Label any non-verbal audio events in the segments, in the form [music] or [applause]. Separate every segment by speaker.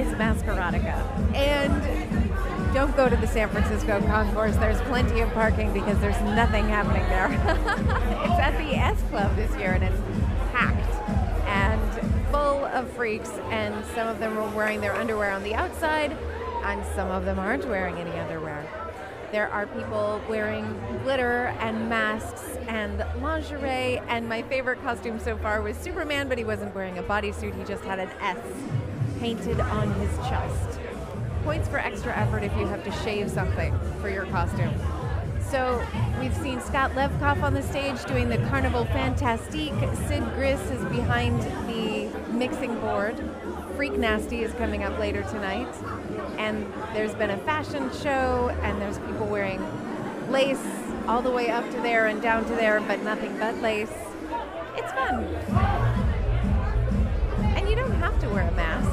Speaker 1: Masqueradica. And don't go to the San Francisco concourse. There's plenty of parking because there's nothing happening there. [laughs] it's at the S Club this year and it's packed and full of freaks. And some of them are wearing their underwear on the outside, and some of them aren't wearing any underwear. There are people wearing glitter and masks and lingerie, and my favorite costume so far was Superman, but he wasn't wearing a bodysuit, he just had an S painted on his chest. Points for extra effort if you have to shave something for your costume. So we've seen Scott Levkoff on the stage doing the Carnival Fantastique. Sid Gris is behind the mixing board. Freak Nasty is coming up later tonight. And there's been a fashion show, and there's people wearing lace all the way up to there and down to there, but nothing but lace. It's fun. And you don't have to wear a mask.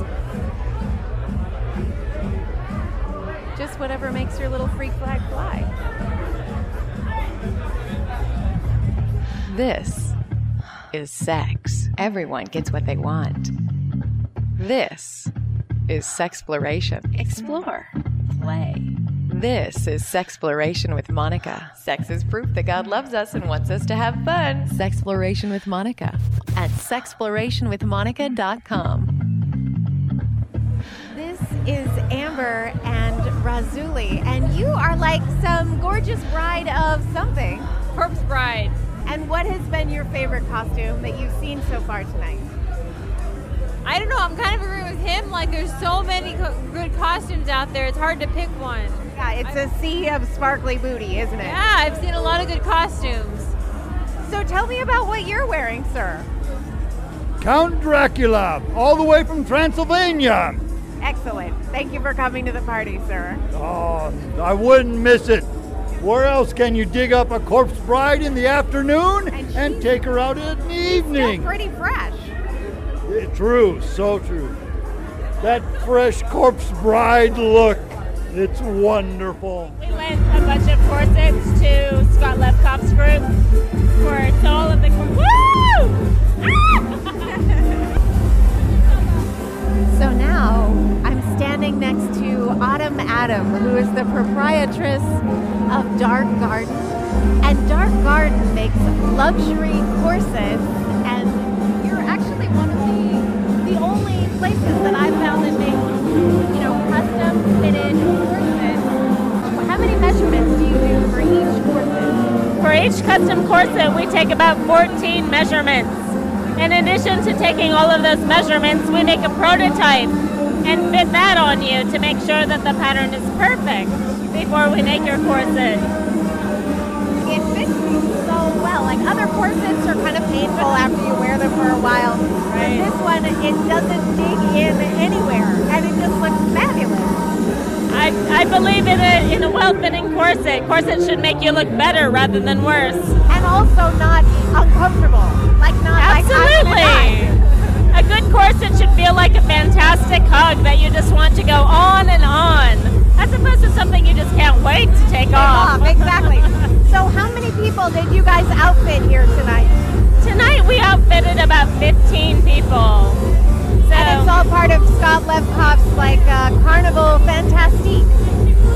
Speaker 1: Just whatever makes your little freak flag fly.
Speaker 2: This is sex. Everyone gets what they want. This is sexploration.
Speaker 3: Explore. Play.
Speaker 2: This is sexploration with Monica. Sex is proof that God loves us and wants us to have fun. Sexploration with Monica at sexplorationwithmonica.com.
Speaker 1: This is Amber and Razuli, and you are like some gorgeous bride of something.
Speaker 4: Corpse Bride.
Speaker 1: And what has been your favorite costume that you've seen so far tonight?
Speaker 4: I don't know. I'm kind of agreeing with him. Like, there's so many co- good costumes out there. It's hard to pick one.
Speaker 1: Yeah, it's a sea of sparkly booty, isn't it?
Speaker 4: Yeah, I've seen a lot of good costumes.
Speaker 1: So tell me about what you're wearing, sir.
Speaker 5: Count Dracula, all the way from Transylvania.
Speaker 1: Excellent. Thank you for coming to the party, sir.
Speaker 5: Oh, I wouldn't miss it. Where else can you dig up a corpse bride in the afternoon
Speaker 1: And
Speaker 5: and,
Speaker 1: she's-
Speaker 5: take her out in the evening?
Speaker 1: Still pretty fresh.
Speaker 5: Eh, True, so true. That fresh corpse bride look, it's wonderful.
Speaker 6: We lent a bunch of corsets to Scott Levkoff's group for all of the woo.
Speaker 1: So now I'm standing next to Autumn Adam, who is the proprietress of Dark Garden. And Dark Garden makes luxury corsets, and you're actually one of the, the only places that I've found that make, you know, custom fitted corsets. How many measurements do you do for each corset?
Speaker 6: for each custom corset, we take about 14 measurements. In addition to taking all of those measurements, we make a prototype and fit that on you to make sure that the pattern is perfect before we make your corset.
Speaker 1: It fits me so well. Like other corsets are kind of painful after you wear them for a while.
Speaker 6: Right.
Speaker 1: But this one, it doesn't dig in anywhere, and it just looks fabulous.
Speaker 6: I, I believe in a, in a well-fitting corset. Corsets should make you look better rather than worse.
Speaker 1: And also not uncomfortable. Like not like I'm
Speaker 6: Absolutely.
Speaker 1: gonna die.
Speaker 6: A good corset should feel like a fantastic hug that you just want to go on and on, as opposed to something you just can't wait to take off.
Speaker 1: Off, exactly. so how many people did you guys outfit here tonight?
Speaker 6: Tonight we outfitted about 15 people. So,
Speaker 1: And it's all part of Scott Levkoff's like uh, Carnival Fantastique.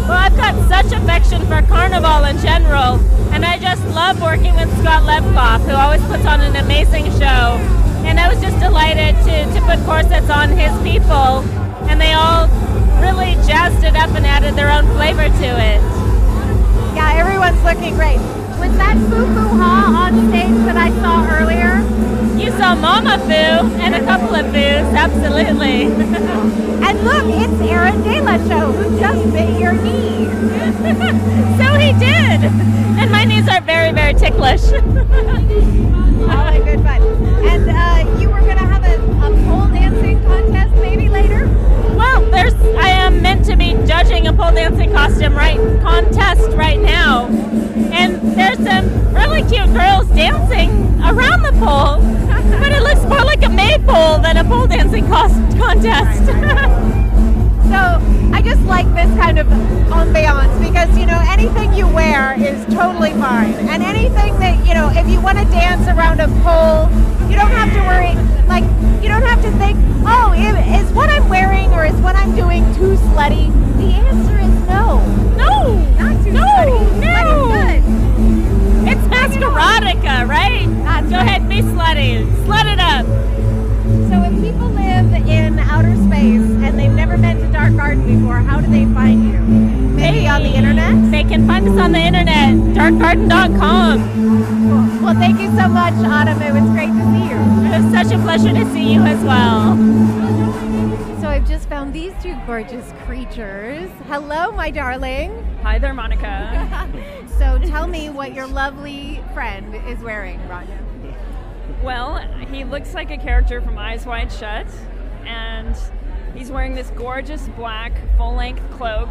Speaker 6: well, I've got such affection for carnival in general, and I just love working with Scott Levkoff, who always puts on an amazing show. And I was just delighted to, to put corsets on his people, and they all really jazzed it up and added their own flavor to it.
Speaker 1: Yeah, everyone's looking great. Was that Foo Foo Ha on stage that I saw earlier?
Speaker 6: You saw Mama Foo and a couple of Foos, absolutely.
Speaker 1: And look, it's Aaron De La Show who just bit your knee.
Speaker 6: so he did. [laughs] And my knees are very, very ticklish. [laughs]
Speaker 1: All in good fun. And uh, you were going to have a, a pole dancing contest maybe later?
Speaker 6: well, there's I am meant to be judging a pole dancing costume right contest right now. And there's some really cute girls dancing around the pole. [laughs] But it looks more like a maypole than a pole dancing cost- contest. [laughs]
Speaker 1: So I just like this kind of ambiance because, you know, anything you wear is totally fine. And anything that, you know, if you want to dance around a pole, you don't have to worry. Like, you don't have to think, oh, i- is what I'm wearing or is what I'm doing
Speaker 7: or how do they find you? Maybe on the internet?
Speaker 6: They can find us on the internet, darkgarden.com.
Speaker 7: Cool. Well, thank you so much, Autumn. It was great to see you.
Speaker 6: It was such a pleasure to see you as well.
Speaker 1: So I've just found these two gorgeous creatures. Hello, my darling.
Speaker 6: Hi there, Monica.
Speaker 1: So tell me what your lovely friend is wearing, Rania.
Speaker 6: Well, he looks like a character from Eyes Wide Shut, and he's wearing this gorgeous black full length cloak.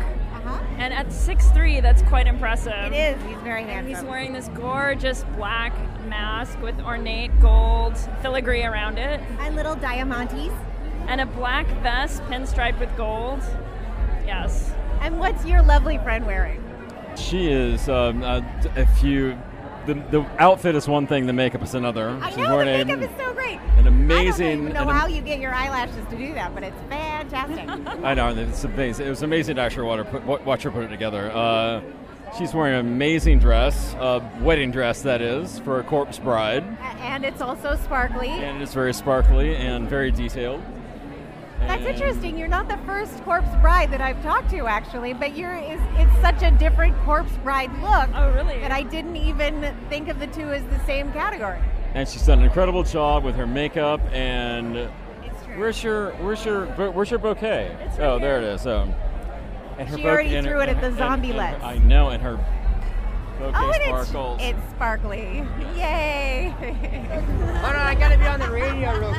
Speaker 6: And at 6'3, that's quite impressive.
Speaker 7: Uh-huh. It is. He's very
Speaker 6: And he's
Speaker 7: handsome.
Speaker 6: wearing this gorgeous black mask with ornate gold filigree around it,
Speaker 7: and little diamantes.
Speaker 6: and a black vest pinstriped with gold. Yes.
Speaker 7: And what's your lovely friend wearing?
Speaker 8: She is. Um, uh, d- if you, the, the outfit is one thing, the makeup is another.
Speaker 7: I
Speaker 8: She's
Speaker 7: know the
Speaker 8: wearing a-
Speaker 7: makeup is so great.
Speaker 8: an
Speaker 7: I don't
Speaker 8: amazing.
Speaker 7: even know
Speaker 8: an am-
Speaker 7: how you get your eyelashes to do that, but it's [laughs] fantastic.
Speaker 8: I know it's amazing. It was amazing to actually water put, wa- watch her put it together. Uh, she's wearing an amazing dress, a wedding dress that is, for a corpse bride,
Speaker 1: A- And it's also sparkly.
Speaker 8: and it's very sparkly and very detailed.
Speaker 1: That's
Speaker 8: And-
Speaker 1: interesting. You're not the first corpse bride that I've talked to, actually, but you're is it's such a different corpse bride look
Speaker 6: Oh, really?
Speaker 1: that I didn't even think of the two as the same category.
Speaker 8: And she's done an incredible job with her makeup and. Where's your where's your bo- where's your bouquet? oh, there it is. Um, and her
Speaker 1: She
Speaker 8: bouquet-
Speaker 1: already
Speaker 8: and her-
Speaker 1: threw it at the
Speaker 8: and-
Speaker 1: zombie
Speaker 8: and her-
Speaker 1: legs.
Speaker 8: I know, and her bouquet
Speaker 1: oh, and it's-
Speaker 8: sparkles.
Speaker 1: It's, sparkly. Yay!
Speaker 9: [laughs] Hold on, I gotta be on the radio real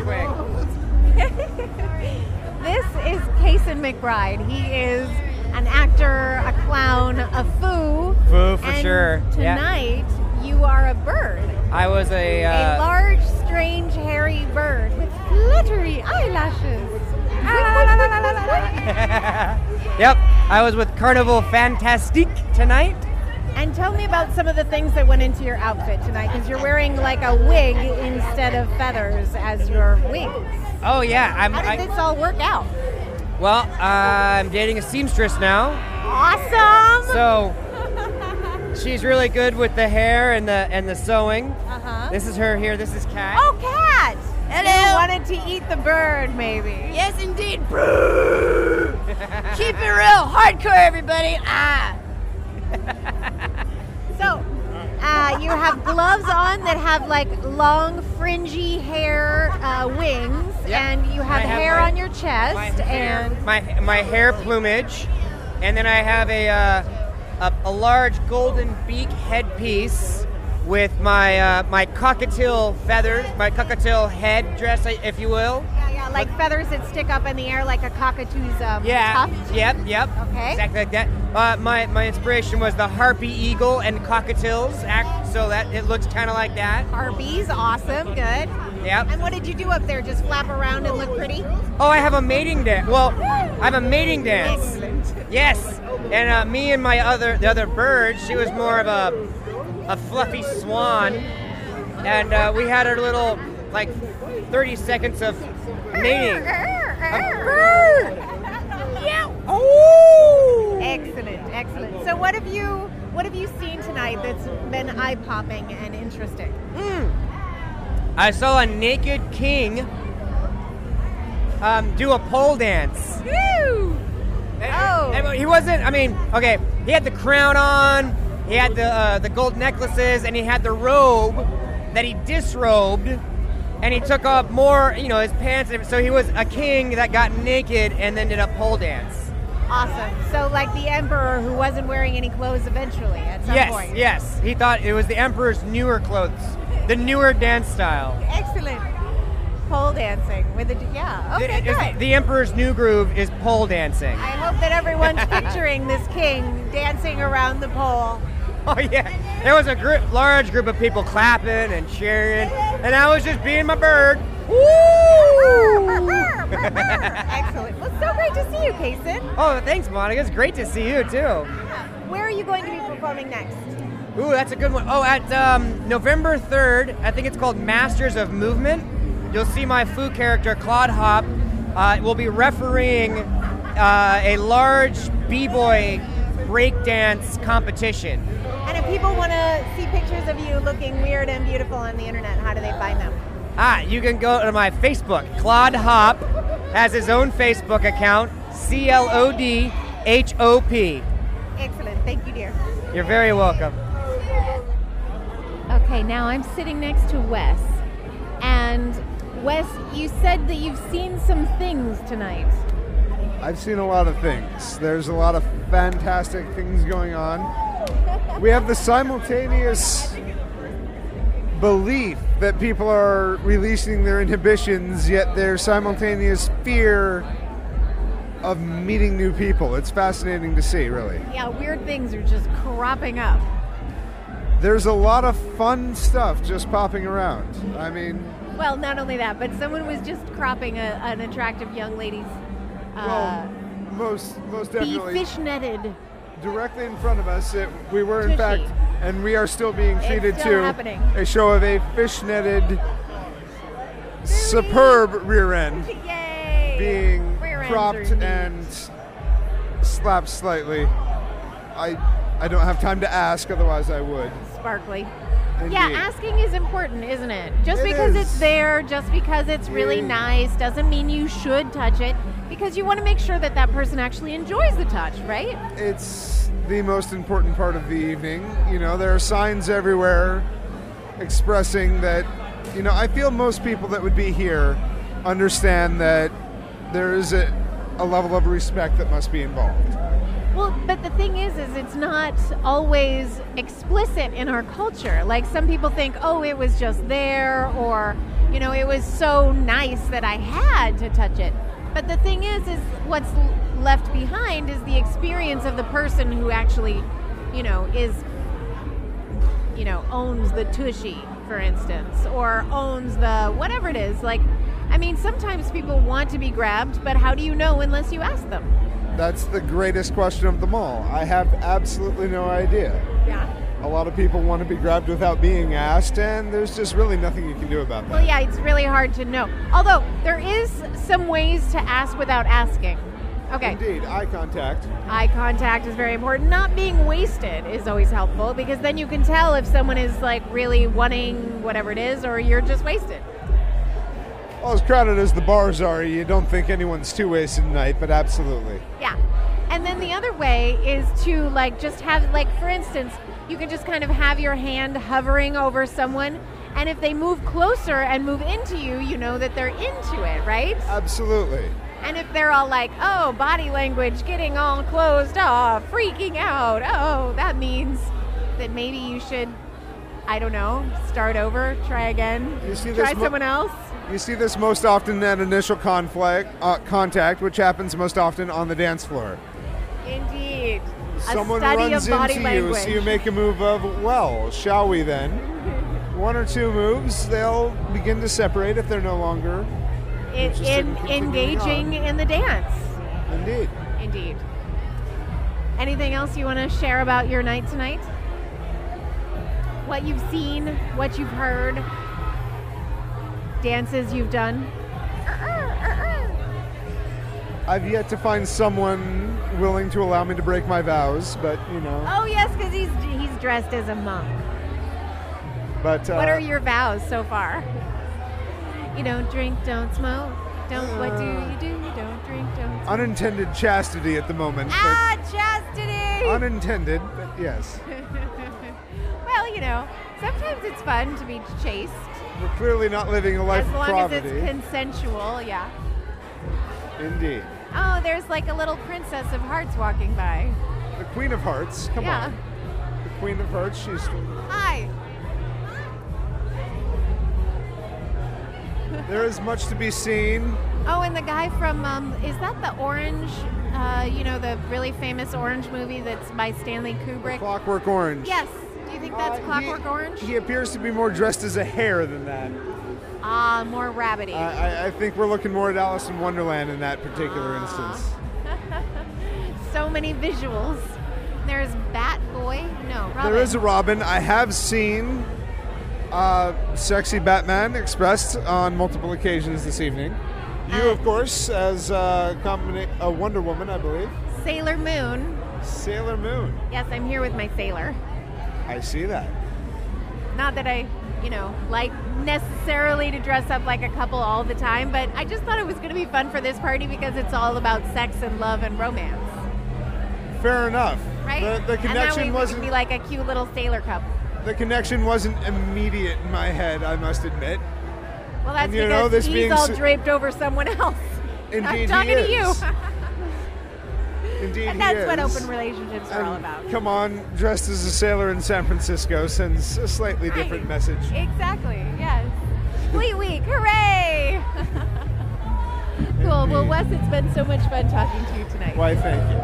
Speaker 9: quick.
Speaker 1: [laughs] This is Kason McBride. He is an actor, a clown, a foo.
Speaker 9: Foo, for
Speaker 1: and
Speaker 9: sure. Yeah.
Speaker 1: Tonight, you are a bird.
Speaker 9: I was a.
Speaker 1: a
Speaker 9: Uh,
Speaker 1: large, strange, hairy bird with fluttery eyelashes.
Speaker 7: Ah,
Speaker 9: yep, I was with Carnival Fantastique tonight.
Speaker 1: and tell me about some of the things that went into your outfit tonight, because you're wearing like a wig instead of feathers as your wings.
Speaker 9: Oh yeah, I'm.
Speaker 1: How did
Speaker 9: I,
Speaker 1: this all work out?
Speaker 9: well, uh, I'm dating a seamstress now,
Speaker 1: Awesome.
Speaker 9: so she's really good with the hair and the and the sewing.
Speaker 1: uh huh.
Speaker 9: This is her here. This is Kat.
Speaker 1: Oh, cat!
Speaker 3: Hello.
Speaker 1: You wanted to eat the bird, maybe.
Speaker 3: Yes, indeed. Keep it real, hardcore, everybody.
Speaker 1: [laughs]
Speaker 3: Ah.
Speaker 1: So, uh, you have gloves on that have like long, fringy hair uh, wings,
Speaker 9: Yeah.
Speaker 1: and you have,
Speaker 9: I have
Speaker 1: hair
Speaker 9: my-
Speaker 1: on your chest,
Speaker 9: my hair,
Speaker 1: and
Speaker 9: my my hair plumage, and then I have a uh, a, a large golden beak headpiece with my uh, my cockatiel feathers, my cockatiel head dress, i- if you will.
Speaker 1: Yeah, yeah, like feathers that stick up in the air like a cockatoo's um,
Speaker 9: Yeah.
Speaker 1: tuft.
Speaker 9: Yep. Yep.
Speaker 1: Okay.
Speaker 9: Exactly like that. Uh, my my inspiration was the harpy eagle and cockatiels act, so that it looks kind of like that.
Speaker 1: Arby's, awesome, good.
Speaker 9: Yep.
Speaker 1: And what did you do up there? Just flap around and look pretty?
Speaker 9: Oh, I have a mating dance. Well, I have a mating dance. Yes. And uh, me and my other the other bird, she was more of a a fluffy swan, and uh, we had our little like 30 seconds of mating.
Speaker 1: Excellent, excellent. So what have you what have you seen tonight that's been eye popping and interesting?
Speaker 9: I saw a naked king um, do a pole dance.
Speaker 1: Oh.
Speaker 9: And he wasn't. I mean, okay. He had the crown on. He had the uh, the gold necklaces, and he had the robe that he disrobed, and he took off more. You know, his pants. and- So he was a king that got naked and then did a pole dance.
Speaker 1: Awesome. So like the emperor who wasn't wearing any clothes eventually at some
Speaker 9: yes,
Speaker 1: point.
Speaker 9: yes. He thought it was the emperor's newer clothes, the newer dance style.
Speaker 1: Excellent. Pole dancing with a yeah. Okay,
Speaker 9: It-
Speaker 1: good.
Speaker 9: it's- the emperor's new groove is pole dancing.
Speaker 1: I hope that everyone's picturing this king dancing around the pole.
Speaker 9: [laughs] Oh yeah, there was a group, large group of people clapping and cheering, and I was just being my bird.
Speaker 1: [laughs] Excellent. Well, so great to see you, Kason.
Speaker 9: Oh, thanks, Monica. It's great to see you too.
Speaker 1: Where are you going to be performing next?
Speaker 9: Ooh, that's a good one. Oh, at um, November 3rd, I think it's called Masters of Movement. You'll see my foo character, Claude Hop, uh, will be refereeing uh, a large b-boy breakdance competition.
Speaker 1: And if people want to see pictures of you looking weird and beautiful on the internet, how do they find them?
Speaker 9: Ah, you can go to my Facebook. Claude Hop has his own Facebook account, C L O D H O P.
Speaker 1: Excellent. Thank you, dear.
Speaker 9: You're very welcome.
Speaker 1: Okay, now I'm sitting next to Wes. And Wes, you said that you've seen some things tonight.
Speaker 10: I've seen a lot of things. There's a lot of fantastic things going on. We have the simultaneous belief that people are releasing their inhibitions, yet their simultaneous fear of meeting new people. It's fascinating to see, really.
Speaker 1: Yeah, weird things are just cropping up.
Speaker 10: There's a lot of fun stuff just popping around. I mean,
Speaker 1: Well, not only that, but someone was just cropping a, an attractive young lady's uh,
Speaker 10: most most
Speaker 1: be
Speaker 10: definitely
Speaker 1: fishnetted.
Speaker 10: directly in front of us. It, we were, in
Speaker 1: Tushy.
Speaker 10: fact, and we are still being
Speaker 1: It's
Speaker 10: treated
Speaker 1: still
Speaker 10: to
Speaker 1: happening.
Speaker 10: a show of a fishnetted, superb rear end
Speaker 1: [laughs] Yay!
Speaker 10: being
Speaker 1: Rear ends
Speaker 10: propped
Speaker 1: are neat.
Speaker 10: and slapped slightly. I I don't have time to ask, otherwise I would.
Speaker 1: Sparkly. Yeah,
Speaker 10: Indeed.
Speaker 1: asking is important, isn't it? Just
Speaker 10: It
Speaker 1: because
Speaker 10: is.
Speaker 1: it's there, just because it's really
Speaker 10: Mm.
Speaker 1: nice, doesn't mean you should touch it. Because you want to make sure that that person actually enjoys the touch, right?
Speaker 10: It's the most important part of the evening. You know, there are signs everywhere expressing that, you know, I feel most people that would be here understand that there is a, a level of respect that must be involved.
Speaker 1: Well, but the thing is, is it's not always explicit in our culture. Like some people think, oh, it was just there, or you know, it was so nice that I had to touch it. But the thing is, is what's l- left behind is the experience of the person who actually, you know, is, you know, owns the tushy, for instance, or owns the whatever it is. Like, I mean, sometimes people want to be grabbed, but how do you know unless you ask them?
Speaker 10: That's the greatest question of them all. I have absolutely no idea.
Speaker 1: Yeah.
Speaker 10: A lot of people want to be grabbed without being asked, and there's just really nothing you can do about that.
Speaker 1: Well, yeah, it's really hard to know. Although there is some ways to ask without asking. Okay.
Speaker 10: Indeed, eye contact.
Speaker 1: Eye contact is very important. Not being wasted is always helpful because then you can tell if someone is like really wanting whatever it is or you're just wasted.
Speaker 10: Well, as crowded as the bars are, you don't think anyone's too wasted tonight, but absolutely.
Speaker 1: Yeah. And then the other way is to like just have like for instance, you can just kind of have your hand hovering over someone and if they move closer and move into you, you know that they're into it, right?
Speaker 10: Absolutely.
Speaker 1: And if they're all like, oh, body language, getting all closed off, freaking out, oh, that means that maybe you should, I don't know, start over, try again,
Speaker 10: You see
Speaker 1: try
Speaker 10: this mo-
Speaker 1: someone else.
Speaker 10: You see this most often at initial conflict, uh, contact, which happens most often on the dance floor.
Speaker 1: Indeed.
Speaker 10: Someone
Speaker 1: a study
Speaker 10: runs
Speaker 1: of body
Speaker 10: into you,
Speaker 1: language.
Speaker 10: so you make a move of, well, shall we then?
Speaker 1: [laughs]
Speaker 10: One or two moves, they'll begin to separate if they're no longer.
Speaker 1: in,
Speaker 10: interested in
Speaker 1: in
Speaker 10: continuing
Speaker 1: engaging in the dance.
Speaker 10: Indeed.
Speaker 1: Indeed. Anything else you want to share about your night tonight? What you've seen, what you've heard, dances you've done?
Speaker 10: I've yet to find someone willing to allow me to break my vows, but you know.
Speaker 1: Oh yes, because he's he's dressed as a monk.
Speaker 10: But uh,
Speaker 1: what are your vows so far? You don't drink, don't smoke, don't. what do
Speaker 10: Uh.
Speaker 1: you do? You don't drink, don't. Smoke.
Speaker 10: unintended chastity at the moment? but-
Speaker 1: Ah, chastity.
Speaker 10: unintended, but yes.
Speaker 1: Uh. well, you know, sometimes it's fun to be chaste
Speaker 10: We're clearly not living a life
Speaker 1: as
Speaker 10: of
Speaker 1: long
Speaker 10: poverty.
Speaker 1: as it's consensual. Yeah.
Speaker 10: Indeed.
Speaker 1: Oh, there's like a little princess of hearts walking by.
Speaker 10: The Queen of Hearts. Come
Speaker 1: Yeah.
Speaker 10: on. The Queen of Hearts. She's.
Speaker 1: Hi.
Speaker 10: There is much to be seen.
Speaker 1: Oh, and the guy from um, is that the orange? Uh, you know, the really famous orange movie that's by Stanley Kubrick.
Speaker 10: Clockwork Orange. Uh,
Speaker 1: Yes. Do you think that's Clockwork Orange?
Speaker 10: He appears to be more dressed as a hare than that.
Speaker 1: Ah, more rabbity.
Speaker 10: I, I, I think we're looking more at Alice in Wonderland in that particular
Speaker 1: Ah.
Speaker 10: instance.
Speaker 1: so many visuals. There's Bat Boy. No, Robin.
Speaker 10: There is a Robin. I have seen uh, sexy Batman expressed on multiple occasions this evening. You, of course, as uh, combina- a Wonder Woman, I believe.
Speaker 1: Sailor Moon.
Speaker 10: Sailor Moon.
Speaker 1: Yes, I'm here with my sailor.
Speaker 10: I see that.
Speaker 1: Not that I, you know, like necessarily to dress up like a couple all the time, but I just thought it was going to be fun for this party because it's all about sex and love and romance.
Speaker 10: fair enough.
Speaker 1: right?
Speaker 10: The-
Speaker 1: and that way
Speaker 10: The, connection
Speaker 1: we could
Speaker 10: wasn't
Speaker 1: be like a cute little sailor couple.
Speaker 10: the connection wasn't immediate in my head. I must admit.
Speaker 1: Well, that's
Speaker 10: And you
Speaker 1: because
Speaker 10: know, this
Speaker 1: he's
Speaker 10: being
Speaker 1: all
Speaker 10: s-
Speaker 1: draped over someone else. [laughs]
Speaker 10: Indeed he
Speaker 1: I'm talking to you.
Speaker 10: [laughs] is. Indeed,
Speaker 1: and
Speaker 10: he
Speaker 1: that's what
Speaker 10: is.
Speaker 1: open relationships are all about.
Speaker 10: Come on, dressed as a sailor in San Francisco sends a slightly different message.
Speaker 1: Exactly. Yes. Fleet Week. Hooray! [laughs] cool. Well, Wes, it's been so much fun talking to you tonight.
Speaker 10: Why, thank you.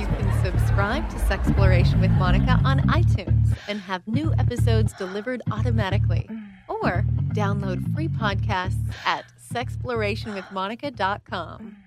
Speaker 2: You can subscribe to Sexploration with Monica on iTunes and have new episodes delivered automatically. Or download free podcasts at sexplorationwithmonica.com.